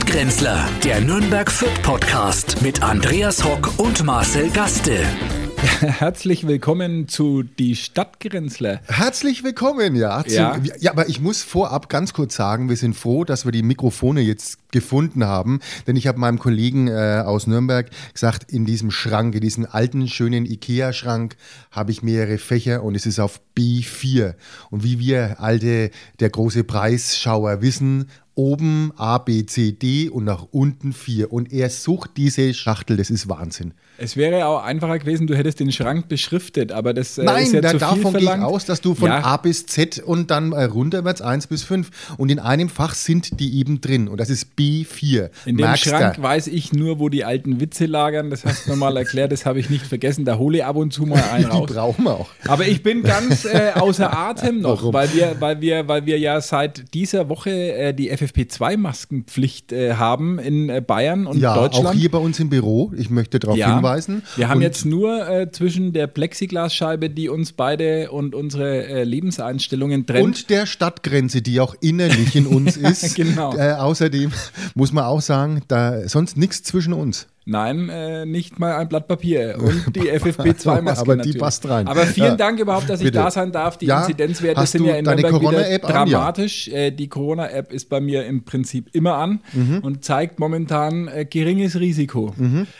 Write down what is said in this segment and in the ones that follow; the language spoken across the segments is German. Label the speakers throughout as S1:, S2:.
S1: Grenzler, der Nürnberg Fit Podcast mit Andreas Hock und Marcel Gaste.
S2: Herzlich willkommen zu Die Stadtgrenzler.
S3: Herzlich willkommen, ja. Zu,
S2: Ja.
S3: ja. aber ich muss vorab ganz kurz sagen, wir sind froh, dass wir die Mikrofone jetzt gefunden haben, denn ich habe meinem Kollegen äh, aus Nürnberg gesagt, in diesem Schrank, in diesem alten, schönen Ikea-Schrank habe ich mehrere Fächer und es ist auf B4. Und wie wir alte, der große Preisschauer wissen, oben A, B, C, D und nach unten 4. Und er sucht diese Schachtel, das ist Wahnsinn.
S2: Es wäre auch einfacher gewesen, du hättest den Schrank beschriftet, aber das äh,
S3: Nein,
S2: ist ja
S3: da,
S2: zu viel
S3: davon gehe ich
S2: verlangt.
S3: aus, dass du von
S2: ja,
S3: A bis Z und dann äh, runterwärts 1 bis 5 und in einem Fach sind die eben drin und das ist B4.
S2: In dem
S3: Merkst äh. du?
S2: Schrank weiß ich nur, wo die alten Witze lagern. Das hast du mir mal erklärt, das habe ich nicht vergessen. Da hole ich ab und zu mal einen
S3: Die
S2: raus.
S3: brauchen wir auch.
S2: Aber ich bin ganz äh, außer Atem noch,
S3: Warum?
S2: weil wir, weil, wir, weil wir ja seit dieser Woche äh, die FFP2-Maskenpflicht äh, haben in äh, Bayern und
S3: Ja,
S2: Deutschland.
S3: auch hier bei uns im Büro. Ich möchte darauf
S2: Ja.
S3: hinweisen.
S2: Wir haben
S3: Und
S2: jetzt nur äh, zwischen der Plexiglasscheibe, die uns beide und unsere äh, Lebenseinstellungen trennt.
S3: und der Stadtgrenze, die auch innerlich in uns ist.
S2: Genau.
S3: Äh, außerdem muss man auch sagen, da sonst nichts zwischen uns.
S2: Nein, äh, nicht mal ein Blatt Papier. Und die FFP2-Maske.
S3: Aber die
S2: natürlich.
S3: passt rein.
S2: Aber vielen
S3: Ja.
S2: Dank überhaupt, dass ich
S3: Bitte.
S2: da sein darf. Die
S3: Ja,
S2: Inzidenzwerte
S3: hast
S2: sind
S3: du
S2: ja in
S3: deine
S2: Nürnberg wieder
S3: Corona-App an? Ja.
S2: dramatisch. Äh, die Corona-App ist bei mir im Prinzip immer an
S3: Mhm.
S2: und zeigt momentan äh, geringes Risiko.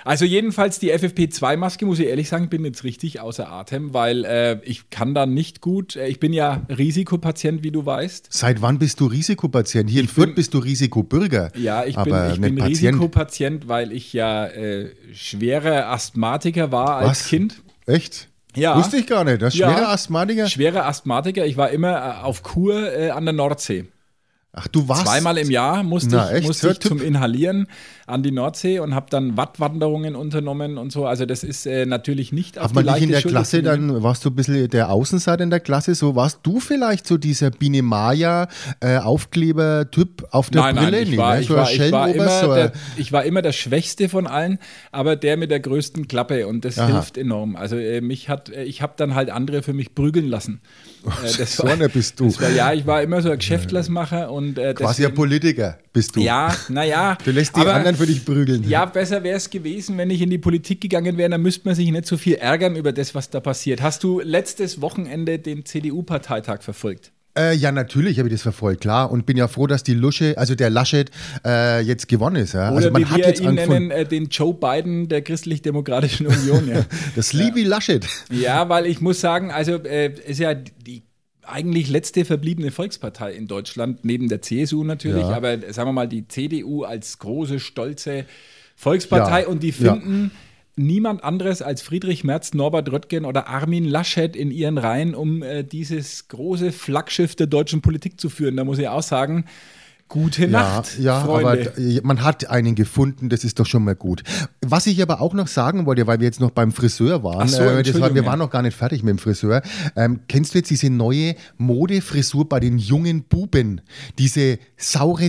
S2: Also jedenfalls die FFP2-Maske, muss ich ehrlich sagen, bin jetzt richtig außer Atem, weil äh, ich kann da nicht gut. Äh, Ich bin ja Risikopatient, wie du weißt.
S3: Seit wann bist du Risikopatient? Hier in Fürth bist du Risikobürger.
S2: Ja, ich bin,
S3: aber
S2: ich
S3: nicht
S2: bin
S3: Patient.
S2: Risikopatient, weil ich ja äh, schwerer Asthmatiker war als
S3: Was?
S2: Kind.
S3: Echt?
S2: Ja.
S3: Wusste ich gar nicht. Das
S2: Ja.
S3: schwere Asthmatiker.
S2: Schwerer Asthmatiker. Ich war immer äh, auf Kur äh, an der Nordsee.
S3: Ach, du warst.
S2: Zweimal im Jahr musste
S3: Na,
S2: ich,
S3: echt?
S2: musste ich
S3: Hör, Typ.
S2: zum Inhalieren an die Nordsee und habe dann Wattwanderungen unternommen und so. Also das ist äh, natürlich nicht auf
S3: Hat man
S2: die
S3: dich
S2: leichte
S3: in der
S2: Schulter
S3: Klasse,
S2: zu nehmen.
S3: dann warst du ein bisschen der Außenseiter in der Klasse, so warst du vielleicht so dieser Biene Maya äh, Aufkleber-Typ auf der
S2: Nein, nein,
S3: Brille?
S2: ich
S3: Nee,
S2: war,
S3: ne?
S2: ich
S3: so
S2: war,
S3: ein
S2: ich, war
S3: Schellenober,
S2: immer
S3: so
S2: der,
S3: ein-
S2: ich war immer der Schwächste von allen, aber der mit der größten Klappe und das
S3: Aha.
S2: hilft enorm. Also äh, mich hat, äh, ich habe dann halt andere für mich prügeln lassen. Äh, das
S3: so einer bist du.
S2: Das war, ja, ich war immer so ein Geschäftlersmacher und äh,
S3: Quasi ein
S2: deswegen-
S3: Politiker bist du.
S2: ja, naja.
S3: Du lässt die anderen für dich prügeln.
S2: Ja, besser wäre es gewesen, wenn ich in die Politik gegangen wäre, dann müsste man sich nicht so viel ärgern über das, was da passiert. Hast du letztes Wochenende den CDU-Parteitag verfolgt?
S3: Äh, ja, natürlich habe ich das verfolgt, klar. Und bin ja froh, dass die Lusche, also der Laschet, äh, jetzt gewonnen ist. Ja?
S2: Oder
S3: also man
S2: wie
S3: hat
S2: wir
S3: jetzt
S2: ihn
S3: angefangen.
S2: nennen, äh, den Joe Biden der christlich-demokratischen Union. Ja.
S3: Das Liebe Laschet.
S2: ja, weil ich muss sagen, also äh, ist ja die eigentlich letzte verbliebene Volkspartei in Deutschland, neben der CSU natürlich,
S3: Ja.
S2: aber sagen wir mal die CDU als große, stolze Volkspartei
S3: Ja,
S2: und die
S3: ja.
S2: finden niemand anderes als Friedrich Merz, Norbert Röttgen oder Armin Laschet in ihren Reihen, um äh, dieses große Flaggschiff der deutschen Politik zu führen. Da muss ich auch sagen, gute Nacht,
S3: ja,
S2: Freunde.
S3: aber d- man hat einen gefunden, das ist doch schon mal gut. Was ich aber auch noch sagen wollte, weil wir jetzt noch beim Friseur waren, äh,
S2: Ach so,
S3: das
S2: Entschuldigung,
S3: war, wir
S2: ja.
S3: waren noch gar nicht fertig mit dem Friseur. Ähm, kennst du jetzt diese neue Modefrisur bei den jungen Buben? Diese saure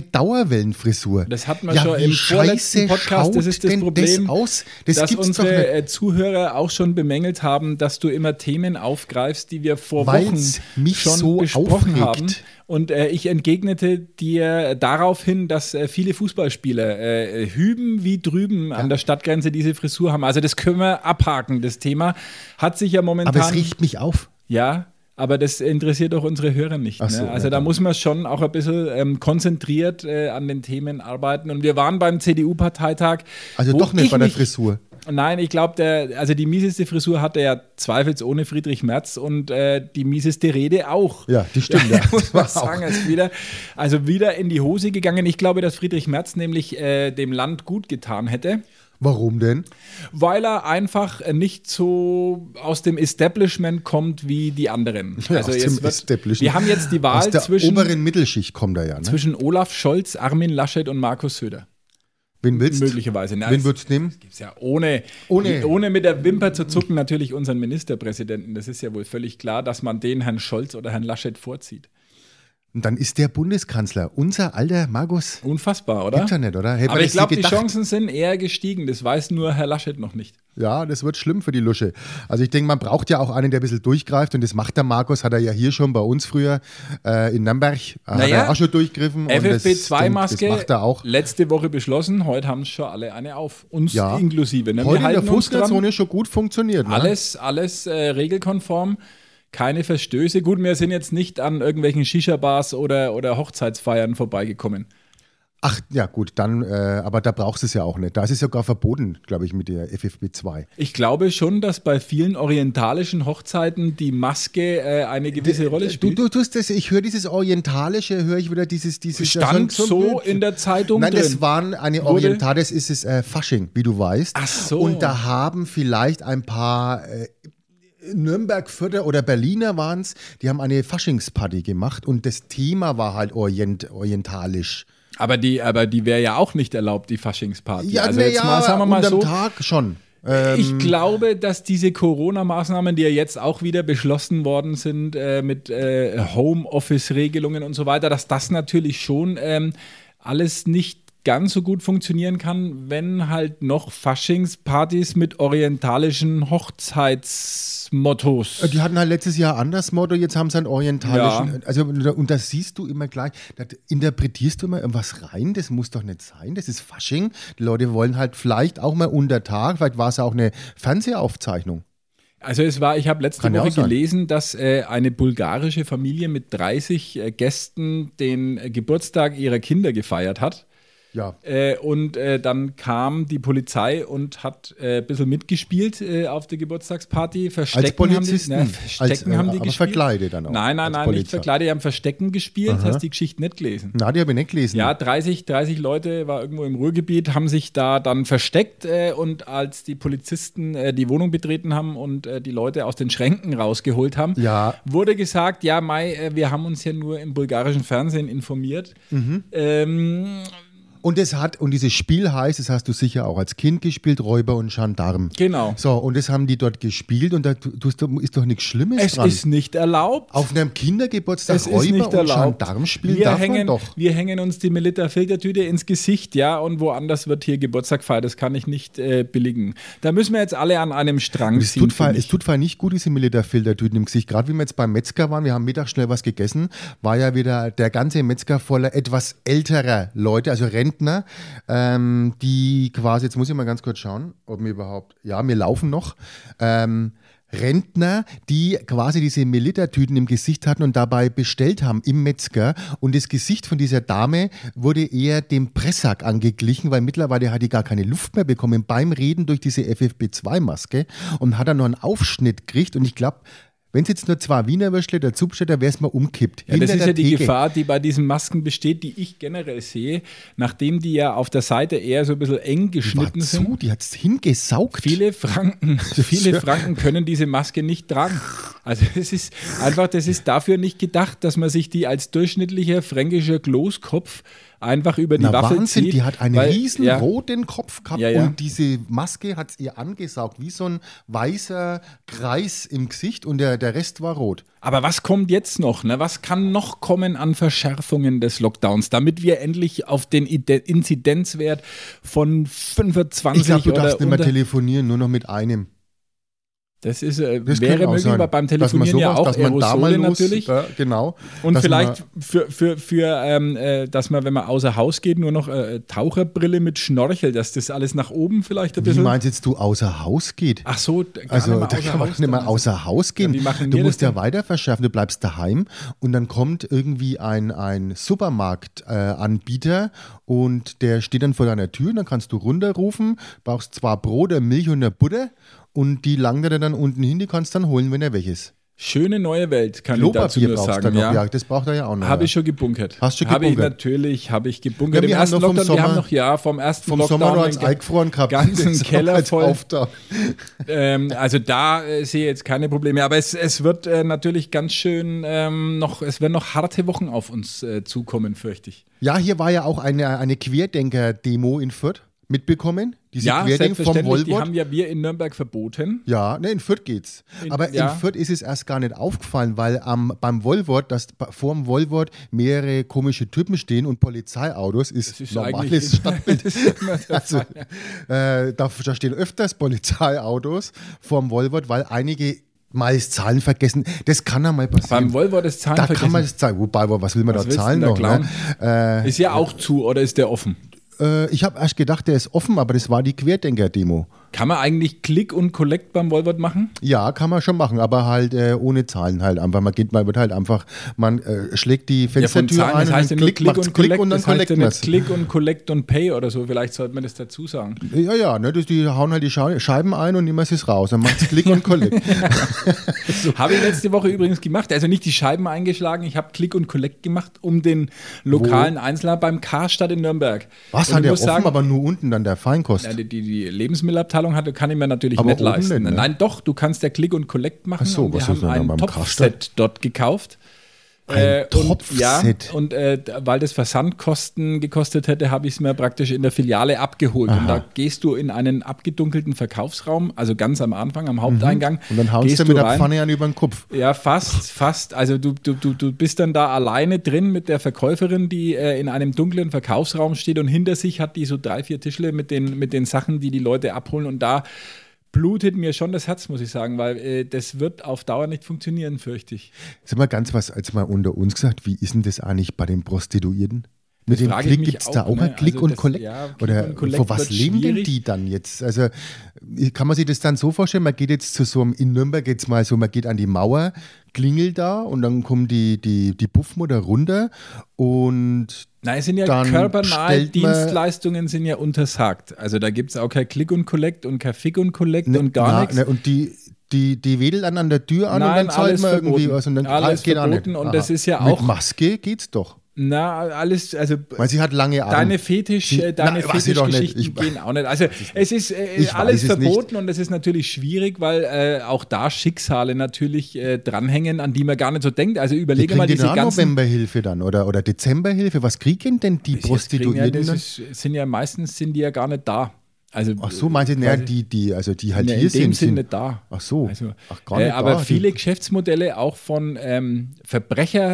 S3: Dauerwellenfrisur.
S2: Das hatten wir
S3: ja,
S2: schon
S3: wie
S2: im vorletzten
S3: scheiße
S2: Podcast. Das
S3: schaut
S2: ist das
S3: denn
S2: Problem,
S3: Das, aus? das
S2: dass
S3: gibt's doch
S2: unsere
S3: nicht.
S2: äh, Zuhörer auch schon bemängelt haben, dass du immer Themen aufgreifst, die wir vor
S3: Weil's
S2: Wochen
S3: mich
S2: schon
S3: so
S2: besprochen
S3: aufregt.
S2: haben. Und äh, ich entgegnete dir daraufhin, dass äh, viele Fußballspieler äh, hüben wie drüben an der Stadtgrenze diese Frisur haben. Also das können wir abhaken. Das Thema hat sich ja momentan.
S3: Aber es riecht mich auf.
S2: Ja, aber das interessiert auch unsere Hörer nicht.
S3: so,
S2: ne? Also da
S3: ja, dann-
S2: muss man schon auch ein bisschen ähm, konzentriert äh, an den Themen arbeiten. Und wir waren beim CDU-Parteitag.
S3: Also
S2: wo
S3: doch nicht
S2: ich
S3: bei der
S2: mich-
S3: Frisur.
S2: Nein, ich glaube, also die mieseste Frisur hatte ja zweifelsohne Friedrich Merz und äh, die mieseste Rede auch.
S3: Ja, die stimmt, ja.
S2: muss
S3: Das
S2: man
S3: war auch-
S2: sagen, ist wieder, also wieder in die Hose gegangen. Ich glaube, dass Friedrich Merz nämlich äh, dem Land gut getan hätte
S3: Warum denn?
S2: weil er einfach nicht so aus dem Establishment kommt wie die anderen. Also
S3: Ja, aus dem Establishment.
S2: wir haben jetzt die
S3: Aus
S2: Wahl
S3: der
S2: zwischen,
S3: oberen Mittelschicht kommt er ja. Ne?
S2: zwischen Olaf Scholz, Armin Laschet und Markus Söder.
S3: Wen willst du?
S2: Möglicherweise. Na,
S3: Wen
S2: es
S3: würdest du nehmen?
S2: gibt's ja ohne,
S3: Ohne.
S2: ohne mit der Wimper zu zucken natürlich unseren Ministerpräsidenten. Das ist ja wohl völlig klar, dass man den Herrn Scholz oder Herrn Laschet vorzieht.
S3: Und dann ist der Bundeskanzler, unser alter Markus.
S2: Unfassbar, oder?
S3: Gibt's ja nicht, oder? Hätte man
S2: Aber ich
S3: das nie
S2: glaube, die
S3: gedacht.
S2: Chancen sind eher gestiegen. Das weiß nur Herr Laschet noch nicht.
S3: Ja, das wird schlimm für die Lusche. Also ich denke, man braucht ja auch einen, der ein bisschen durchgreift und das macht der Markus, hat er ja hier schon bei uns früher äh, in Nürnberg, äh, hat
S2: Naja,
S3: er auch schon durchgriffen. und das-
S2: FFP2-Maske
S3: Das macht er auch.
S2: letzte Woche beschlossen. Heute haben es schon alle eine auf. Uns
S3: Ja.
S2: inklusive. Ne?
S3: Heute in der
S2: uns dran.
S3: Fußgängerzone schon gut funktioniert. Ne?
S2: Alles, alles äh, regelkonform, keine Verstöße. Gut, wir sind jetzt nicht an irgendwelchen Shisha-Bars oder, oder Hochzeitsfeiern vorbeigekommen.
S3: Ach, ja gut, dann, äh, aber da brauchst du es ja auch nicht. Da ist es sogar verboten, glaube ich, mit der FFP2.
S2: Ich glaube schon, dass bei vielen orientalischen Hochzeiten die Maske äh, eine gewisse Rolle
S3: Du,
S2: spielt.
S3: du tust das, ich höre dieses Orientalische, höre ich wieder dieses, dieses
S2: Stand
S3: ein
S2: so
S3: Bild.
S2: in der Zeitung
S3: Nein,
S2: drin.
S3: das waren eine Oriental, das ist es äh, Fasching, wie du weißt.
S2: Ach so.
S3: Und da haben vielleicht ein paar äh, Nürnberg, Vierter oder Berliner waren es, die haben eine Faschingsparty gemacht und das Thema war halt Orient, orientalisch.
S2: aber die, aber die wäre ja auch nicht erlaubt, die Faschingsparty. also
S3: na
S2: jetzt mal, sagen wir mal
S3: unterm
S2: so.
S3: Tag schon. Ähm,
S2: Ich glaube, dass diese Corona-Maßnahmen, die ja jetzt auch wieder beschlossen worden sind äh, mit äh, Homeoffice-Regelungen und so weiter, dass das natürlich schon ähm, alles nicht ganz so gut funktionieren kann, wenn halt noch Faschingspartys mit orientalischen Hochzeitsmottos.
S3: Die hatten halt letztes Jahr anders Motto, jetzt haben sie einen orientalischen. Also, und das siehst du immer gleich, da interpretierst du immer irgendwas rein, das muss doch nicht sein, das ist Fasching. Die Leute wollen halt vielleicht auch mal unter Tag, vielleicht war es ja auch eine Fernsehaufzeichnung.
S2: Also es war, ich habe letzte
S3: Kann ja
S2: Woche
S3: auch sein.
S2: gelesen, dass äh, eine bulgarische Familie mit 30 äh, Gästen den äh, Geburtstag ihrer Kinder gefeiert hat.
S3: Ja.
S2: Äh, und äh, dann kam die Polizei und hat äh, ein bisschen mitgespielt äh, auf der Geburtstagsparty. Verstecken
S3: Polizisten?
S2: haben die,
S3: Als,
S2: Verstecken
S3: äh,
S2: haben die
S3: aber
S2: gespielt.
S3: verkleidet dann auch,
S2: Nein, nein,
S3: als
S2: nein, nicht
S3: Polizei.
S2: verkleidet. Die haben Verstecken gespielt. Hast die Geschichte nicht gelesen?
S3: Na, die habe ich nicht gelesen.
S2: Ja, 30, 30 Leute war irgendwo im Ruhrgebiet, haben sich da dann versteckt äh, und als die Polizisten äh, die Wohnung betreten haben und äh, die Leute aus den Schränken rausgeholt haben,
S3: Ja.
S2: wurde gesagt, ja, Mai, äh, wir haben uns ja nur im bulgarischen Fernsehen informiert.
S3: Mhm.
S2: Ähm,
S3: Und es hat, und dieses Spiel heißt, das hast du sicher auch als Kind gespielt, Räuber und Gendarm.
S2: Genau.
S3: So, und das haben die dort gespielt und da tu- tust du- ist doch nichts Schlimmes
S2: es
S3: dran.
S2: ist nicht erlaubt.
S3: Auf einem Kindergeburtstag
S2: Es
S3: Räuber
S2: ist nicht
S3: und
S2: erlaubt.
S3: Gendarm spielen
S2: wir,
S3: darf
S2: hängen,
S3: man doch.
S2: wir hängen uns die Melitta-Filtertüte ins Gesicht, ja, und woanders wird hier Geburtstag feiert. Das kann ich nicht äh, billigen. Da müssen wir jetzt alle an einem Strang
S3: Es
S2: ziehen.
S3: tut, voll,
S2: finde ich.
S3: es tut voll nicht gut, diese Militärfiltertüten im Gesicht. Gerade wie wir jetzt beim Metzger waren, wir haben mittags schnell was gegessen, war ja wieder der ganze Metzger voller etwas älterer Leute, also Rentner, ähm, die quasi, jetzt muss ich mal ganz kurz schauen, ob wir überhaupt, ja, wir laufen noch, ähm, Rentner, die quasi diese Militärtüten im Gesicht hatten und dabei bestellt haben im Metzger. Und das Gesicht von dieser Dame wurde eher dem Pressack angeglichen, weil mittlerweile hat die gar keine Luft mehr bekommen beim Reden durch diese FFP2-Maske und hat dann noch einen Aufschnitt gekriegt. Und ich glaube, wenn es jetzt nur zwei Wiener Würstle dazu bestellt, dann wäre es mal umkippt.
S2: Ja, das
S3: Hinter
S2: ist
S3: der
S2: ja die
S3: Theke.
S2: Gefahr, die bei diesen Masken besteht, die ich generell sehe, nachdem die ja auf der Seite eher so ein bisschen eng
S3: War
S2: geschnitten sind.
S3: zu, die hat es hingesaugt.
S2: Viele Franken,
S3: Ja.
S2: viele Franken können diese Maske nicht tragen. Also es ist einfach, das ist dafür nicht gedacht, dass man sich die als durchschnittlicher fränkischer Gloskopf einfach über die
S3: Na
S2: Waffe
S3: Wahnsinn,
S2: zieht.
S3: die hat einen
S2: weil-
S3: riesen
S2: ja,
S3: roten Kopf gehabt
S2: Ja, ja.
S3: und diese Maske hat es ihr angesaugt, wie so ein weißer Kreis im Gesicht und der, der Rest war rot.
S2: Aber was kommt jetzt noch? Ne? Was kann noch kommen an Verschärfungen des Lockdowns, damit wir endlich auf den Ide Inzidenzwert von 25
S3: Ich glaube, du
S2: oder
S3: darfst nicht mehr
S2: unter-
S3: telefonieren, nur noch mit einem.
S2: Das ist äh,
S3: Das
S2: wäre
S3: könnte auch
S2: möglich,
S3: sein,
S2: aber beim
S3: dass man
S2: Telefonieren ja
S3: sowas-
S2: auch
S3: dass man da mal
S2: Aerosole
S3: los-
S2: natürlich.
S3: Ja, genau.
S2: Und
S3: Dass
S2: vielleicht
S3: Man,
S2: für, für, für ähm, äh, dass man, wenn man außer Haus geht, nur noch äh, Taucherbrille mit Schnorchel, dass das alles nach oben vielleicht ein
S3: wie
S2: bisschen.
S3: meinst jetzt du, außer Haus geht?
S2: Ach so, d- gar
S3: Also,
S2: nicht
S3: da
S2: mehr außer
S3: kann man
S2: Haus
S3: nicht
S2: dann.
S3: mehr außer Haus gehen.
S2: Ja, wie machen
S3: du
S2: wir
S3: musst
S2: das
S3: ja
S2: denn?
S3: weiter verschärfen, du bleibst daheim und dann kommt irgendwie ein, ein Supermarktanbieter äh, Anbieter und der steht dann vor deiner Tür und dann kannst du runterrufen, brauchst zwar Brot, eine Milch und eine Butter und die langt er dir dann unten hin, die kannst dann holen, wenn er weg ist.
S2: Schöne neue Welt, kann ich dazu
S3: Klopapier
S2: nur
S3: brauchst du dann
S2: sagen.
S3: noch, ja.
S2: Ja.
S3: das braucht er ja auch noch.
S2: Habe
S3: ja.
S2: ich schon gebunkert.
S3: Hast du
S2: Habe ich
S3: gebunkert?
S2: natürlich, habe ich gebunkert.
S3: Ja,
S2: Im
S3: wir haben
S2: ersten
S3: noch vom
S2: Lockdown, wir haben
S3: Sommer-
S2: noch, ja, vom ersten
S3: vom
S2: Lockdown.
S3: Sommer noch eins
S2: den ge-
S3: eingefroren gehabt.
S2: ganzen
S3: Das ist auch
S2: Keller
S3: als
S2: voll.
S3: Auftrag.
S2: Ähm, also da äh, sehe ich jetzt keine Probleme, aber es, es wird äh, natürlich ganz schön ähm, noch, es werden noch harte Wochen auf uns äh, zukommen, fürchte ich.
S3: Ja, hier war ja auch eine, eine Querdenker-Demo in Fürth. mitbekommen? Diese
S2: ja,
S3: Querdenk vom
S2: selbstverständlich, die
S3: Wollwort?
S2: haben ja wir in Nürnberg verboten.
S3: Ja, ne, in Fürth geht's.
S2: In-
S3: Aber
S2: ja.
S3: in Fürth ist es erst gar nicht aufgefallen, weil am, beim Wollwort, dass ba- vor dem Wollwort mehrere komische Typen stehen und Polizeiautos ist,
S2: Das ist
S3: normales
S2: eigentlich-
S3: Stadtbild.
S2: Das ist immer der
S3: also, äh, da, da stehen öfters Polizeiautos vor dem Wollwort, weil einige mal das Zahlen vergessen. Das kann ja mal
S2: Beim
S3: passieren.
S2: Volvo das Zahlen
S3: da kann
S2: vergessen.
S3: man das zahlen. Wobei, was will man
S2: Was
S3: da
S2: willst du
S3: zahlen
S2: denn
S3: noch?
S2: da
S3: Ne?
S2: ist ja auch zu oder ist der offen?
S3: Äh, ich habe erst gedacht, der ist offen, aber das war die Querdenker-Demo.
S2: Kann man eigentlich Click und Collect beim Volvo machen?
S3: Ja, kann man schon machen, aber halt äh, ohne Zahlen halt einfach. Man geht, man wird halt einfach, man äh, schlägt die Fenstertür ein
S2: das
S3: und
S2: heißt ja
S3: dann
S2: nur
S3: klick,
S2: Click
S3: macht's
S2: und Collect,
S3: klick und dann
S2: das heißt ja
S3: collecten
S2: nicht
S3: wir's.
S2: Click und Collect und Pay oder so, vielleicht sollte man das dazu sagen.
S3: Ja, ja, ne, das, die hauen halt die Scha Scheiben ein und nehmen es raus. Dann macht's klick und collect.
S2: Habe ich letzte Woche übrigens gemacht. Also nicht die Scheiben eingeschlagen, ich habe Click und Collect gemacht um den lokalen Einzelhandel beim Karstadt in Nürnberg.
S3: Was
S2: Und
S3: hat
S2: ich
S3: der
S2: muss
S3: offen,
S2: sagen,
S3: aber nur unten dann der Feinkost.
S2: ja, die, die die Lebensmittelabteilung hatte, kann ich mir natürlich
S3: Aber
S2: nicht
S3: oben
S2: leisten.
S3: denn, ne?
S2: Nein, doch, du kannst der Click und Collect machen.
S3: Ach so,
S2: und wir
S3: was ist
S2: haben
S3: denn da
S2: ein
S3: beim
S2: Topfset dort gekauft. Äh,
S3: Ein
S2: Und, ja,
S3: Topfset.
S2: und äh, da- weil das Versandkosten gekostet hätte, habe ich es mir praktisch in der Filiale abgeholt. Und da gehst du in einen abgedunkelten Verkaufsraum, also ganz am Anfang, am Haupteingang.
S3: Mhm. und dann haust
S2: gehst
S3: du mit der
S2: rein.
S3: Pfanne an über den Kopf.
S2: Ja, fast, fast. Also du, du, du, du bist dann da alleine drin mit der Verkäuferin, die äh, in einem dunklen Verkaufsraum steht und hinter sich hat die so drei, vier Tischle mit den, mit den Sachen, die die Leute abholen und da blutet mir schon das Herz, muss ich sagen, weil äh, das wird auf Dauer nicht funktionieren, fürchte ich.
S3: Jetzt mal ganz was, als mal unter uns gesagt, wie ist denn das eigentlich bei den Prostituierten? Mit dem
S2: frage ich
S3: Klick
S2: mich
S3: gibt es da
S2: auch,
S3: auch
S2: ne?
S3: einen Klick
S2: Also
S3: und
S2: das-
S3: Collect?
S2: ja, Click
S3: Oder
S2: und Collect
S3: vor was
S2: wird
S3: leben denn
S2: schwierig.
S3: die dann jetzt? Also kann man sich das dann so vorstellen, man geht jetzt zu so einem, in Nürnberg jetzt mal so, man geht an die Mauer, klingelt da und dann kommen die, die, die Puffmutter runter und
S2: Nein, es sind ja
S3: Dann
S2: körpernahe
S3: stellt man-
S2: Dienstleistungen sind ja untersagt. Also da gibt es auch kein Click und Collect und kein Fick und Collect und gar
S3: Ne, na,
S2: nichts.
S3: na, und die, die, die wedelt dann an der Tür an und
S2: Nein,
S3: dann zahlt
S2: alles
S3: man irgendwie
S2: verboten.
S3: was und dann
S2: Alles
S3: geht auch
S2: verboten und das ist ja auch-
S3: Mit Maske geht's doch.
S2: Na, alles, also
S3: Weil sie hat lange Arme.
S2: Deine Fetisch,
S3: Sie-
S2: äh, deine
S3: Nein, weiß ich doch nicht.
S2: Fetischgeschichten
S3: Ich-
S2: gehen auch nicht. Also es ist äh,
S3: Ich
S2: alles
S3: weiß es
S2: verboten und es ist natürlich schwierig, weil äh, auch da Schicksale natürlich äh, dranhängen, an die man gar nicht so denkt. Also
S3: Die
S2: überlege
S3: kriegen
S2: mal
S3: die
S2: diese
S3: da
S2: ganzen.
S3: Novemberhilfe dann oder, oder Dezemberhilfe. Was kriegen denn die
S2: Jetzt kriegen ja,
S3: Prostituierten?
S2: das
S3: dann?
S2: ist, sind ja meistens sind die ja gar nicht da. Also
S3: Ach so, meinst du, naja, die, die, also die halt
S2: ne,
S3: hier
S2: in dem
S3: sind,
S2: Sinn
S3: sind.
S2: nicht da.
S3: Ach so.
S2: Also,
S3: Ach, gar
S2: äh,
S3: nicht
S2: aber
S3: da, die-
S2: viele Geschäftsmodelle auch von ähm,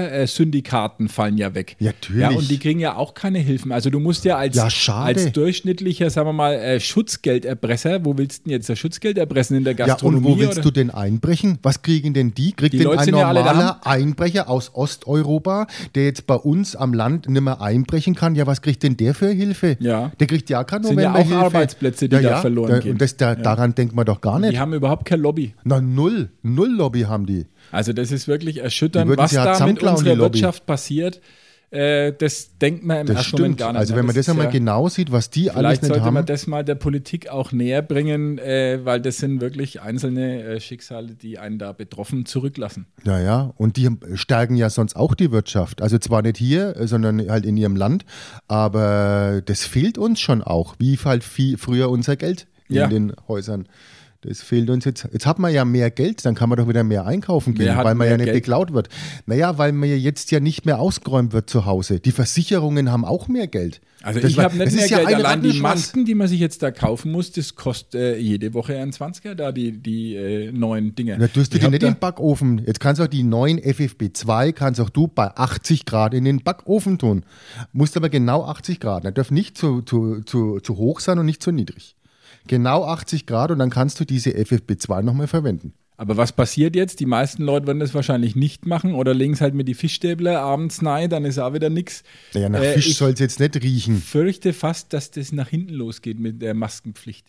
S2: Verbrechersyndikaten fallen ja weg.
S3: Ja, natürlich.
S2: Ja, und die kriegen ja auch keine Hilfen. Also du musst ja als,
S3: Ja, schade.
S2: als durchschnittlicher, sagen wir mal, äh, Schutzgelderpresser, wo willst du denn jetzt das Schutzgeld erpressen in der
S3: Ja, und
S2: Gastronomie?
S3: wo willst
S2: oder?
S3: du denn einbrechen? Was kriegen denn die? Kriegt
S2: Die
S3: denn
S2: Leute
S3: ein
S2: sind ja alle
S3: normaler Einbrecher aus Osteuropa, der jetzt bei uns am Land nicht mehr einbrechen kann? Ja, was kriegt denn der für Hilfe?
S2: Ja.
S3: Der kriegt ja keine
S2: Sind ja auch
S3: Novemberhilfe.
S2: Arbeitsplätze, die da verloren
S3: da,
S2: gehen.
S3: Und das, da, daran denkt man doch gar
S2: die
S3: nicht.
S2: haben überhaupt kein Lobby.
S3: Na, null. Null Lobby haben die.
S2: Also das ist wirklich
S3: Die
S2: erschütternd,
S3: würden
S2: was
S3: sie ja
S2: da mit
S3: zusammenklauen, die
S2: unserer
S3: Lobby.
S2: Wirtschaft passiert. Äh, das denkt man im
S3: Das
S2: ersten Moment
S3: stimmt.
S2: gar nicht.
S3: also
S2: ne?
S3: wenn man das
S2: ist
S3: einmal
S2: ja-
S3: genau sieht, was die alles
S2: Vielleicht
S3: nicht
S2: sollte
S3: haben.
S2: man das mal der Politik auch näher bringen, äh, weil das sind wirklich einzelne äh, Schicksale, die einen da betroffen zurücklassen.
S3: Naja, und die stärken ja sonst auch die Wirtschaft. Also zwar nicht hier, äh, sondern halt in ihrem Land, aber das fehlt uns schon auch, wie halt viel früher unser Geld in
S2: Ja.
S3: den Häusern. Das fehlt uns jetzt. Jetzt hat man ja mehr Geld, dann kann man doch wieder mehr einkaufen gehen,
S2: Wer hat
S3: weil man
S2: mehr
S3: ja nicht
S2: Geld?
S3: beklaut wird. Naja, weil man ja jetzt ja nicht mehr ausgeräumt wird zu Hause. Die Versicherungen haben auch mehr Geld.
S2: Also
S3: Das
S2: ich
S3: war-
S2: habe nicht
S3: das
S2: mehr
S3: ist ja
S2: Geld.
S3: ein
S2: Allein die
S3: Rattenschwanz.
S2: Masken, die man sich jetzt da kaufen muss, das kostet äh, jede Woche einen 20er da, die, die äh, neuen Dinger.
S3: Na, tust du
S2: Ich
S3: die
S2: hab
S3: nicht
S2: da-
S3: in den Backofen. Jetzt kannst du auch die neuen FFP2, kannst auch du bei 80 Grad in den Backofen tun. Musst aber genau 80 Grad. Das darf nicht zu, zu, zu, zu hoch sein und nicht zu niedrig. Genau 80 Grad und dann kannst du diese FFP2 nochmal verwenden.
S2: Aber was passiert jetzt? Die meisten Leute werden das wahrscheinlich nicht machen oder legen es halt mit die Fischstäbler abends nein, dann ist auch wieder nichts.
S3: Naja, nach
S2: Äh,
S3: Fisch
S2: ich-
S3: soll es jetzt nicht riechen.
S2: fürchte fast, dass das nach hinten losgeht mit der Maskenpflicht.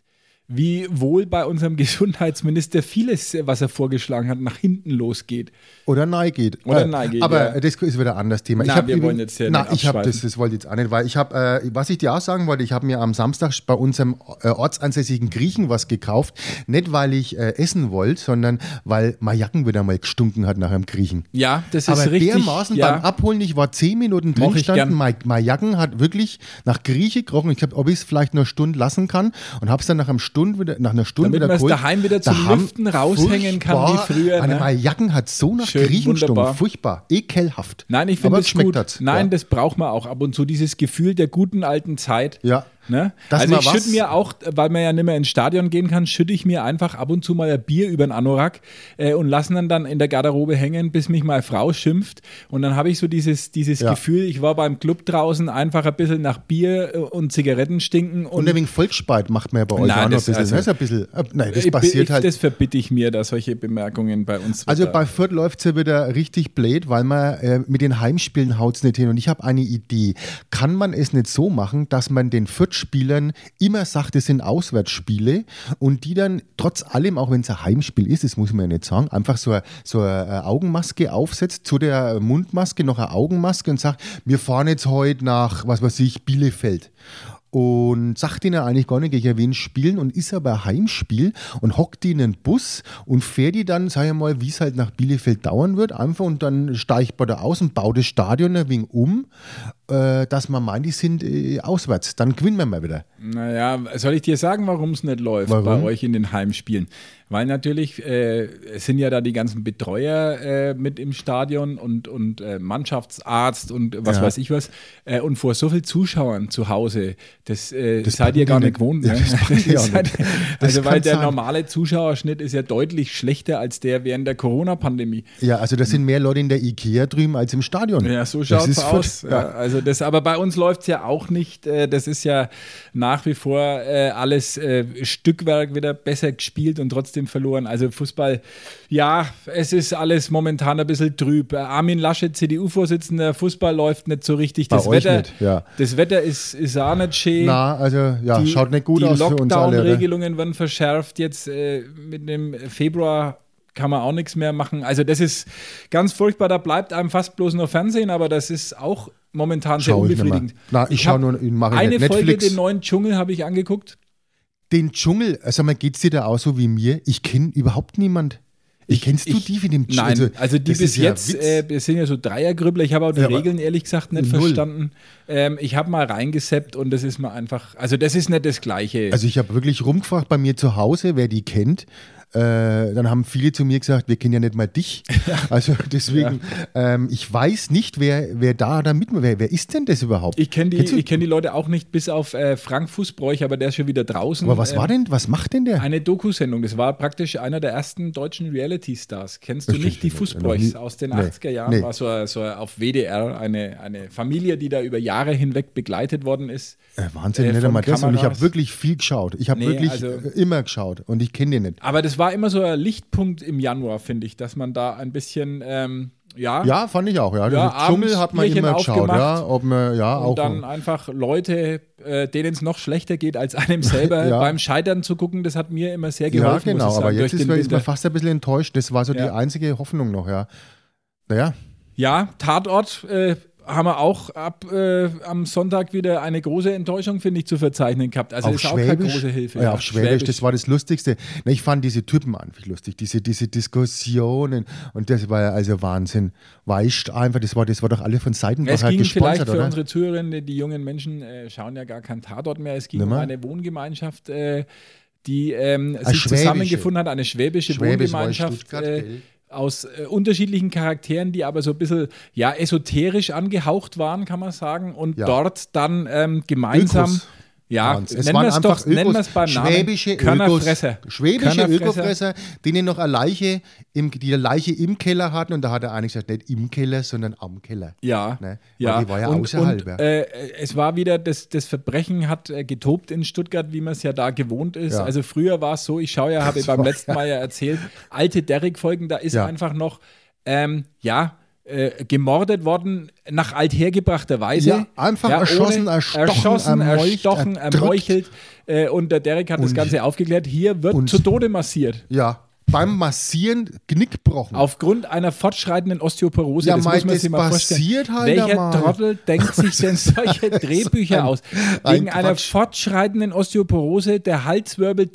S2: Wie wohl bei unserem Gesundheitsminister vieles, äh, was er vorgeschlagen hat, nach hinten losgeht.
S3: Oder nein geht.
S2: Oder
S3: Äh,
S2: nein geht,
S3: Aber
S2: ja.
S3: das ist wieder ein anderes Thema.
S2: Na,
S3: ich hab
S2: wir
S3: übrigens-
S2: wollen jetzt hier
S3: Na,
S2: nicht
S3: ich habe das,
S2: abschweifen.
S3: das wollte ich jetzt auch nicht, weil ich habe, äh, was ich dir auch sagen wollte, ich habe mir am Samstag bei unserem äh, ortsansässigen Griechen was gekauft. Nicht, weil ich äh, essen wollte, sondern weil mein Jacken wieder mal gestunken hat nach einem Griechen.
S2: Ja, das
S3: Aber
S2: ist richtig.
S3: dermaßen
S2: ja.
S3: beim Abholen, ich war zehn Minuten
S2: Mach
S3: drin,
S2: ich
S3: standen,
S2: gern.
S3: mein, mein Jacken hat wirklich nach Grieche gerochen. Ich habe, ob ich es vielleicht nur eine Stunde lassen kann und habe es dann nach, einem Stunde wieder, nach einer Stunde
S2: Damit
S3: wieder
S2: man's daheim wieder zum
S3: Daheim-
S2: Lüften raushängen kann, wie
S3: furchtbar.
S2: früher,
S3: Meine,
S2: ne?
S3: Meine Jacken hat so nach
S2: Schön,
S3: Griechen gestunken.
S2: wunderbar.
S3: Furchtbar, ekelhaft.
S2: Nein, ich
S3: Aber
S2: finde
S3: es
S2: es
S3: schmeckt
S2: gut.
S3: Das.
S2: Nein,
S3: ja.
S2: das braucht man auch ab und zu. Dieses Gefühl der guten alten Zeit.
S3: Ja.
S2: Ne?
S3: Dass
S2: also
S3: man
S2: ich
S3: was-
S2: schütte mir auch, weil man ja nicht mehr ins Stadion gehen kann, schütte ich mir einfach ab und zu mal ein Bier über den Anorak äh, und lasse ihn dann in der Garderobe hängen, bis mich meine Frau schimpft. Und dann habe ich so dieses, dieses
S3: Ja.
S2: Gefühl, ich war beim Club draußen einfach ein bisschen nach Bier äh, und Zigaretten stinken und,
S3: Und ein wenig Volksspeit macht man ja bei euch
S2: Nein,
S3: auch noch ein
S2: das-
S3: bisschen.
S2: also-
S3: das ist ein bisschen äh, nein, das
S2: Ich-
S3: passiert
S2: ich,
S3: halt.
S2: Das verbitte ich mir, dass solche Bemerkungen bei uns
S3: Also
S2: wird da-
S3: bei Fürth läuft es ja wieder richtig blöd, weil man äh, mit den Heimspielen haut es nicht hin. Und ich habe eine Idee. Kann man es nicht so machen, dass man den Fürth-Spielern immer sagt, es sind Auswärtsspiele und die dann trotz allem, auch wenn es ein Heimspiel ist, das muss man ja nicht sagen, einfach so eine so eine Augenmaske aufsetzt, zu der Mundmaske noch eine Augenmaske und sagt, wir fahren jetzt heute nach, was weiß ich, Bielefeld und sagt ihnen eigentlich gar nicht, gegen wen spielen und ist aber Heimspiel und hockt die in einen Bus und fährt die dann, sag ich mal, wie es halt nach Bielefeld dauern wird, einfach und dann steigt man da aus und baut das Stadion ein wenig um, äh, dass man meint, die sind äh, auswärts. Dann gewinnen wir mal wieder.
S2: Naja, soll ich dir sagen, warum es nicht läuft
S3: Warum?
S2: bei euch in den Heimspielen? Weil natürlich äh, es sind ja da die ganzen Betreuer äh, mit im Stadion und, und äh, Mannschaftsarzt und was
S3: Ja.
S2: weiß ich was. Äh, und vor so vielen Zuschauern zu Hause, das, äh,
S3: Das
S2: seid ihr gar
S3: packen die
S2: nicht
S3: nicht.
S2: gewohnt.
S3: Ja,
S2: Ne?
S3: das packen die auch
S2: seid-
S3: nicht. Das
S2: Also weil
S3: kann
S2: der
S3: sein.
S2: normale Zuschauerschnitt ist ja deutlich schlechter als der während der Corona-Pandemie.
S3: Ja, also das sind mehr Leute in der Ikea drüben als im Stadion.
S2: Ja, so
S3: Das
S2: schaut's
S3: ist Fürth.
S2: aus. Ja, also das, aber bei uns läuft's ja auch nicht. Äh, Das ist ja nach wie vor äh, alles äh, Stückwerk wieder besser gespielt und trotzdem verloren. Also Fußball, ja, es ist alles momentan ein bisschen trüb. Äh, Armin Laschet, CDU-Vorsitzender, Fußball läuft nicht so richtig.
S3: Bei
S2: Das
S3: euch
S2: Wetter,
S3: nicht, ja.
S2: das Wetter ist, ist auch nicht schön.
S3: Na, also ja,
S2: Die-
S3: schaut nicht gut
S2: die
S3: aus für uns alle. oder?
S2: Lockdown-Regelungen werden verschärft. Jetzt äh, mit dem Februar kann man auch nichts mehr machen. Also das ist ganz furchtbar. Da bleibt einem fast bloß nur Fernsehen, aber das ist auch momentan sehr
S3: Schau ich nicht mehr.
S2: unbefriedigend.
S3: Na, ich schau
S2: hab
S3: nur- ich mach ich
S2: eine
S3: nicht.
S2: Folge
S3: Netflix.
S2: den neuen Dschungel habe ich angeguckt.
S3: Den Dschungel, also sag mal, geht's dir da auch so wie mir? Ich kenne überhaupt niemand. Ich, kennst du
S2: ich-
S3: die wie dem
S2: Nein, also, die
S3: das
S2: bis
S3: ist ja
S2: jetzt,
S3: Witz.
S2: äh, das sind ja so Dreiergrübler. Ich habe auch die
S3: Ja, aber-
S2: Regeln ehrlich gesagt nicht
S3: Null.
S2: verstanden. Ähm, ich habe mal reingeseppt und das ist mal einfach, also das ist nicht das Gleiche.
S3: Also ich habe wirklich rumgefragt bei mir zu Hause, wer die kennt. Äh, dann haben viele zu mir gesagt, wir kennen ja nicht mal dich. Also deswegen, ähm, ich weiß nicht, wer, wer da da mit wer, wer ist denn das überhaupt?
S2: ich kenne die,
S3: Kennst du-
S2: ich kenn die Leute auch nicht, bis auf äh, Frank Fußbräuch, aber der ist schon wieder draußen.
S3: Aber was
S2: Ähm,
S3: war denn, was macht denn der?
S2: Eine Doku-Sendung. Das war praktisch einer der ersten deutschen Reality-Stars. Kennst du
S3: Das
S2: nicht
S3: kenn
S2: die
S3: ich nicht. also Noch
S2: Fußbräuchs
S3: nie.
S2: aus den
S3: Nee.
S2: 80er Jahren?
S3: Nee.
S2: War so, ein- so ein- auf WDR eine, eine Familie, die da über Jahre hinweg begleitet worden ist.
S3: Äh, Wahnsinn,
S2: äh,
S3: nicht
S2: von
S3: einmal das. Und ich habe
S2: Kameras.
S3: wirklich viel geschaut. Ich habe
S2: Nee,
S3: wirklich
S2: also-
S3: äh, immer geschaut und ich kenne den nicht.
S2: Aber das war immer so ein Lichtpunkt im Januar, finde ich, dass man da ein bisschen, ähm, ja,
S3: Ja, fand ich auch.
S2: Ja,
S3: Ja, Den Dschungel
S2: abends
S3: hat man
S2: Bierchen
S3: immer geschaut. Ja,
S2: aufgemacht
S3: ob man, ja, auch.
S2: und dann einfach Leute, äh, denen es noch schlechter geht als einem selber,
S3: Ja.
S2: beim Scheitern zu gucken, das hat mir immer sehr
S3: ja,
S2: geholfen. muss
S3: genau.
S2: ich sagen,
S3: Aber
S2: durch
S3: jetzt ist
S2: den
S3: man, ist man
S2: Winter.
S3: fast ein bisschen enttäuscht. Das war so die
S2: Ja.
S3: einzige Hoffnung noch, ja. Naja,
S2: Ja, Tatort äh, haben wir auch ab äh, am Sonntag wieder eine große Enttäuschung, finde ich, zu verzeichnen gehabt. Also
S3: auf
S2: ist auch keine
S3: Schwäbisch,
S2: große Hilfe.
S3: Ja, auf Schwäbisch, das war das Lustigste. Na, ich fand diese Typen einfach lustig, diese, diese Diskussionen und das war ja also Wahnsinn. Weißt einfach, das war, das war doch alle von
S2: es
S3: Seitenbacher
S2: ging vielleicht
S3: halt gesponsert,
S2: für
S3: oder?
S2: unsere Zuhörerinnen, die- die jungen Menschen äh, schauen ja gar keinen Tatort mehr. Es ging um
S3: Nimmer?
S2: eine Wohngemeinschaft, äh, die ähm, sich
S3: schwäbische.
S2: zusammengefunden hat, eine schwäbische
S3: Schwäbisch war in
S2: Wohngemeinschaft.
S3: Stuttgart,
S2: äh,
S3: gell?
S2: aus äh, unterschiedlichen Charakteren, die aber so ein bisschen ja, esoterisch angehaucht waren, kann man sagen, und
S3: Ja.
S2: dort dann ähm, gemeinsam.
S3: Ökos.
S2: Ja,
S3: Waren's. Es
S2: nennen
S3: waren
S2: wir es
S3: einfach
S2: Ah, doch, nennen wir es beim Namen.
S3: Schwäbische Ökos.
S2: Körnerfresser.
S3: Schwäbische
S2: Körnerfresser.
S3: Ökofresser, denen noch eine Leiche, im, die eine Leiche im Keller hatten und da hat er eigentlich gesagt, nicht im Keller, sondern am Keller.
S2: Ja,
S3: Ne?
S2: ja.
S3: Weil die war ja
S2: und,
S3: außerhalb,
S2: Und,
S3: ja.
S2: äh, es war wieder, das, das Verbrechen hat äh, getobt in Stuttgart, wie man es ja da gewohnt ist.
S3: Ja.
S2: Also früher war es so, ich schaue ja, habe ich beim letzten Mal ja erzählt, alte Derrick-Folgen, da ist
S3: Ja.
S2: einfach noch, ähm, ja, äh, gemordet worden, nach althergebrachter Weise.
S3: Ja, einfach erschossen, erstochen,
S2: erschossen,
S3: ermolcht,
S2: erstochen,
S3: erdrückt.
S2: ermeuchelt. Äh, und der Derrick hat das
S3: Und-
S2: Ganze aufgeklärt. Hier wird
S3: und-
S2: zu Tode massiert.
S3: Ja, beim Massieren Knickbrochen.
S2: Aufgrund einer fortschreitenden Osteoporose,
S3: Ja,
S2: das
S3: mei,
S2: muss man
S3: das
S2: sich mal vorstellen.
S3: passiert halt
S2: Welcher
S3: einmal.
S2: Trottel denkt sich denn solche Drehbücher
S3: ein-
S2: aus?
S3: ein
S2: Wegen einer
S3: Quatsch.
S2: fortschreitenden Osteoporose der Halswirbel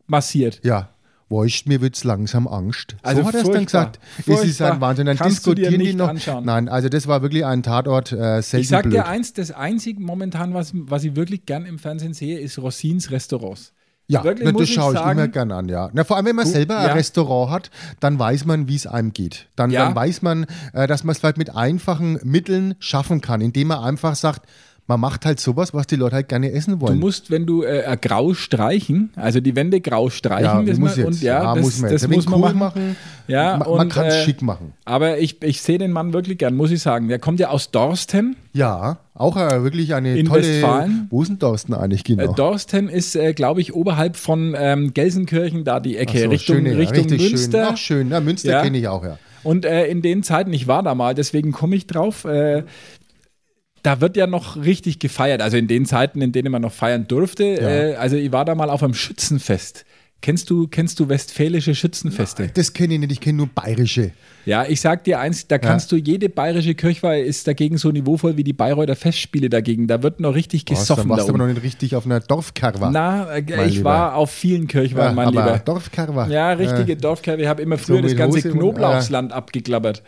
S2: durchmassiert.
S3: Ja. Weißt, mir wird's langsam Angst.
S2: Also
S3: so hat er es dann
S2: furchtbar,
S3: gesagt. Es ist
S2: furchtbar.
S3: ein Wahnsinn. Dann
S2: Kannst du dir
S3: diskutieren die
S2: nicht
S3: noch.
S2: anschauen.
S3: Nein, also das war wirklich ein Tatort äh, selten
S2: Ich sag
S3: blöd.
S2: dir eins, das einzige momentan, was, was ich wirklich gern im Fernsehen sehe, ist Rossins Restaurants.
S3: ja,
S2: wirklich
S3: na,
S2: muss
S3: das
S2: ich
S3: schaue ich
S2: sagen-
S3: immer gern an, ja. Na, vor allem, wenn man selber
S2: ja.
S3: ein Restaurant hat, dann weiß man, wie es einem geht. Dann,
S2: Ja.
S3: dann weiß man, äh, dass man es vielleicht mit einfachen Mitteln schaffen kann, indem man einfach sagt, man macht halt sowas, was die Leute halt gerne essen
S2: Du
S3: wollen.
S2: musst, wenn du äh, äh, grau streichen, also die Wände grau streichen,
S3: ja,
S2: das
S3: muss
S2: man-
S3: jetzt.
S2: und ja, das,
S3: muss man
S2: das
S3: jetzt.
S2: muss man
S3: cool
S2: machen. Ja,
S3: man
S2: und,
S3: man kann es
S2: äh,
S3: schick machen.
S2: Aber ich, ich sehe den Mann wirklich gern, muss ich sagen. Der kommt ja aus Dorsten.
S3: Ja, auch äh, wirklich eine
S2: In
S3: tolle.
S2: Westfalen?
S3: Wo ist denn Dorsten eigentlich
S2: Äh,
S3: genau?
S2: Dorsten ist, äh, glaube ich, oberhalb von ähm, Gelsenkirchen, da die
S3: Ach
S2: Ecke,
S3: so,
S2: Richtung,
S3: schöne-
S2: Richtung
S3: richtig Schön.
S2: Münster.
S3: Ach, schön. Ja, Münster
S2: Ja.
S3: kenne ich auch, ja.
S2: Und äh, in den Zeiten, ich war da mal, deswegen komme ich drauf, äh, da wird ja noch richtig gefeiert. Also in den Zeiten, in denen man noch feiern durfte. Äh, also ich war da mal auf einem Schützenfest. Kennst du, kennst du westfälische Schützenfeste?
S3: Das kenne ich nicht, ich kenne nur bayerische.
S2: Ja, ich sag dir eins, da kannst du, jede bayerische Kirchweih ist dagegen so niveauvoll wie die Bayreuther Festspiele dagegen. Da wird noch richtig
S3: dann
S2: gesoffen
S3: Oh, warst
S2: da
S3: du aber noch
S2: oben.
S3: nicht richtig auf einer Dorfkarwa.
S2: Na, äh,
S3: Mein
S2: ich
S3: Lieber.
S2: war auf vielen Kirchweihen,
S3: ja,
S2: mein
S3: aber äh,
S2: Lieber.
S3: Dorfkarwa.
S2: Ja, richtige Dorfkerbe. Ich habe immer früher das
S3: mit
S2: ganze
S3: Hose und- äh,
S2: Knoblauchsland abgeklappert.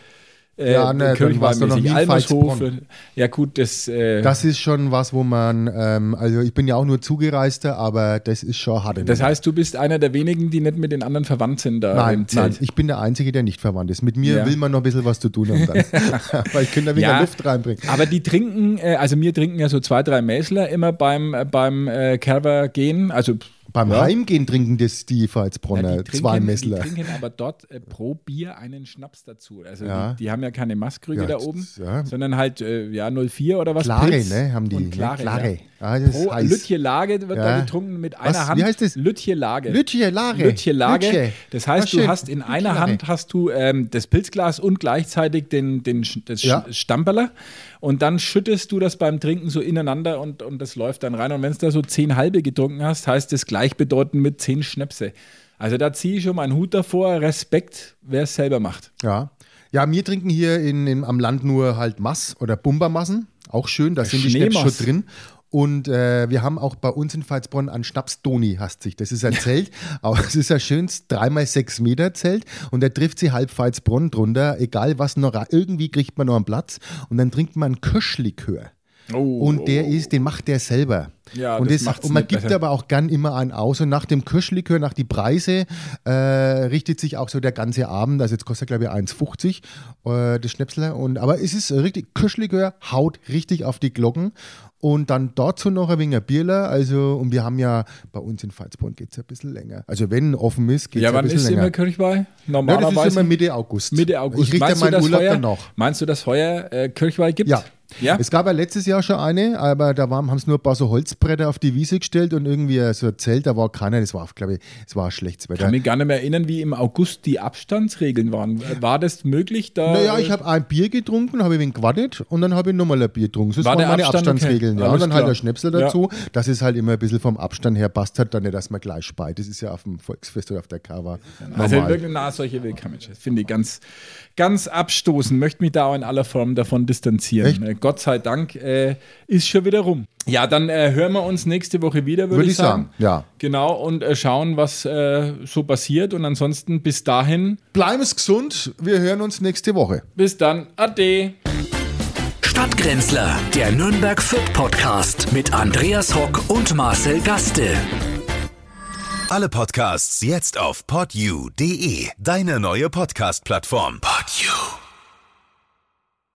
S2: Äh,
S3: Ja, ne, dann warst du noch nie in
S2: Almershof.
S3: Veitsbronn.
S2: Ja, gut, das. Äh, das
S3: Das ist schon was, wo man, ähm, also ich bin ja auch nur Zugereister, aber das ist schon hart.
S2: heißt, du bist einer der wenigen, die nicht mit den anderen verwandt sind da
S3: nein,
S2: im
S3: nein,
S2: Zelt.
S3: ich bin der Einzige, der nicht verwandt ist. Mit mir
S2: Ja.
S3: will man noch ein bisschen was zu tun haben dann. Weil ich könnte da wieder Luft reinbringen.
S2: Aber die trinken, äh, also mir trinken ja so zwei, drei Mäßler immer beim, äh, beim äh, Kerber gehen. Also
S3: Beim
S2: ja.
S3: Heimgehen trinken das die Veitsbronner,
S2: die trinken,
S3: zwei
S2: Die
S3: Messler.
S2: trinken aber dort äh, pro Bier einen Schnaps dazu. Also
S3: Ja.
S2: die, die haben ja keine Maßkrüge
S3: Ja,
S2: da
S3: das-
S2: oben,
S3: ja.
S2: sondern halt äh, ja 04 oder was.
S3: Klare,
S2: Pilz
S3: ne, haben die,
S2: Und
S3: ne?
S2: klare.
S3: Klare.
S2: Ja.
S3: Ah, das ist
S2: pro
S3: heiß.
S2: Lütje Lage wird da
S3: Ja.
S2: getrunken mit
S3: Was?
S2: einer Hand.
S3: Wie heißt das?
S2: Lütje Lage.
S3: Lütje Lage.
S2: Lütje Lage.
S3: Lütje.
S2: Das
S3: Ah,
S2: heißt, du
S3: schön.
S2: hast in
S3: Lütje
S2: einer
S3: Lage.
S2: Hand hast du ähm, das Pilzglas und gleichzeitig den, den Sch- das Sch-
S3: Ja.
S2: Stamperler und dann schüttest du das beim Trinken so ineinander und, und das läuft dann rein. Und wenn es da so zehn halbe getrunken hast, heißt das gleichbedeutend mit zehn Schnäpse. Also da ziehe ich schon meinen Hut davor. Respekt, wer es selber macht.
S3: Ja. Ja, wir trinken hier in, in, am Land nur halt Mass oder Bumbermassen. Auch schön, da sind die Schnaps
S2: Schneemass.
S3: schon drin. Und äh, wir haben auch bei uns in Veitsbronn ein Schnaps-Doni, hast sich. Das ist ein Zelt, aber es ist ein schönes 3x6 Meter Zelt und da trifft sie halb Veitsbronn drunter. Egal was noch, ra- irgendwie kriegt man noch einen Platz und dann trinkt man einen Kirschlikör. Und der ist, den macht der selber.
S2: Oh. Ja,
S3: und,
S2: das
S3: das
S2: macht's
S3: und man
S2: nicht
S3: gibt
S2: besser.
S3: aber auch gern immer einen aus. Und nach dem Kirschlikör, nach die Preise, äh, richtet sich auch so der ganze Abend. Also jetzt kostet er, glaube ich, 1,50 äh, das Schnäpsler. Und, aber es ist richtig, Kirschlikör haut richtig auf die Glocken. Und dann dazu noch ein wenig ein Bierler. Also, und wir haben ja, bei uns in Pfalzborn geht es ein bisschen länger. Also wenn offen ist, geht es
S2: ja,
S3: ein
S2: wann
S3: bisschen
S2: ist
S3: länger.
S2: immer Kirchweih?
S3: Ja, das ist
S2: Normalerweise
S3: immer Mitte August.
S2: Mitte August.
S3: Ich kriege dann
S2: Meinst du,
S3: meinen
S2: dass
S3: Urlaub
S2: heuer,
S3: dann noch.
S2: Meinst du, dass heuer äh, Kirchweih gibt?
S3: Ja.
S2: Ja?
S3: Es gab ja letztes Jahr schon eine, aber da haben es nur ein paar so Holzbretter auf die Wiese gestellt und irgendwie so ein Zelt, da war keiner. Das war, glaube ich, es war schlechtes
S2: Ich
S3: Wetter.
S2: kann mich gar nicht mehr erinnern, wie im August die Abstandsregeln waren. War das möglich? Da,
S3: Naja, ich habe ein Bier getrunken, habe ihn gewartet und dann habe ich nochmal ein Bier getrunken. So
S2: War
S3: waren
S2: der
S3: meine
S2: Abstand okay?
S3: Abstandsregeln. Ja,
S2: Alles
S3: und dann halt
S2: klar.
S3: der Schnäpsel
S2: Ja.
S3: dazu, dass es halt immer ein bisschen vom Abstand her passt hat, dann nicht, dass man gleich speit. Das ist ja auf dem Volksfest oder auf der Kava.
S2: Also
S3: normal.
S2: wirklich, na, solche Willkammitches finde ich ganz, ganz abstoßend. Möchte mich da auch in aller Form davon distanzieren. Äh, Gott sei Dank äh, ist schon wieder rum. Ja, dann äh, hören wir uns nächste Woche wieder, würde
S3: Würde
S2: ich
S3: ich sagen,
S2: sagen.
S3: ja.
S2: Genau, und äh, schauen, was äh, so passiert. Und ansonsten bis dahin,
S3: Bleiben es gesund, wir hören uns nächste Woche.
S2: bis dann, ade.
S1: Stadtgrenzler, der Nürnberg Fürth Podcast mit Andreas Hock und Marcel Gaste.
S4: Alle Podcasts jetzt auf podyou.de, deine neue Podcast-Plattform. Podyou.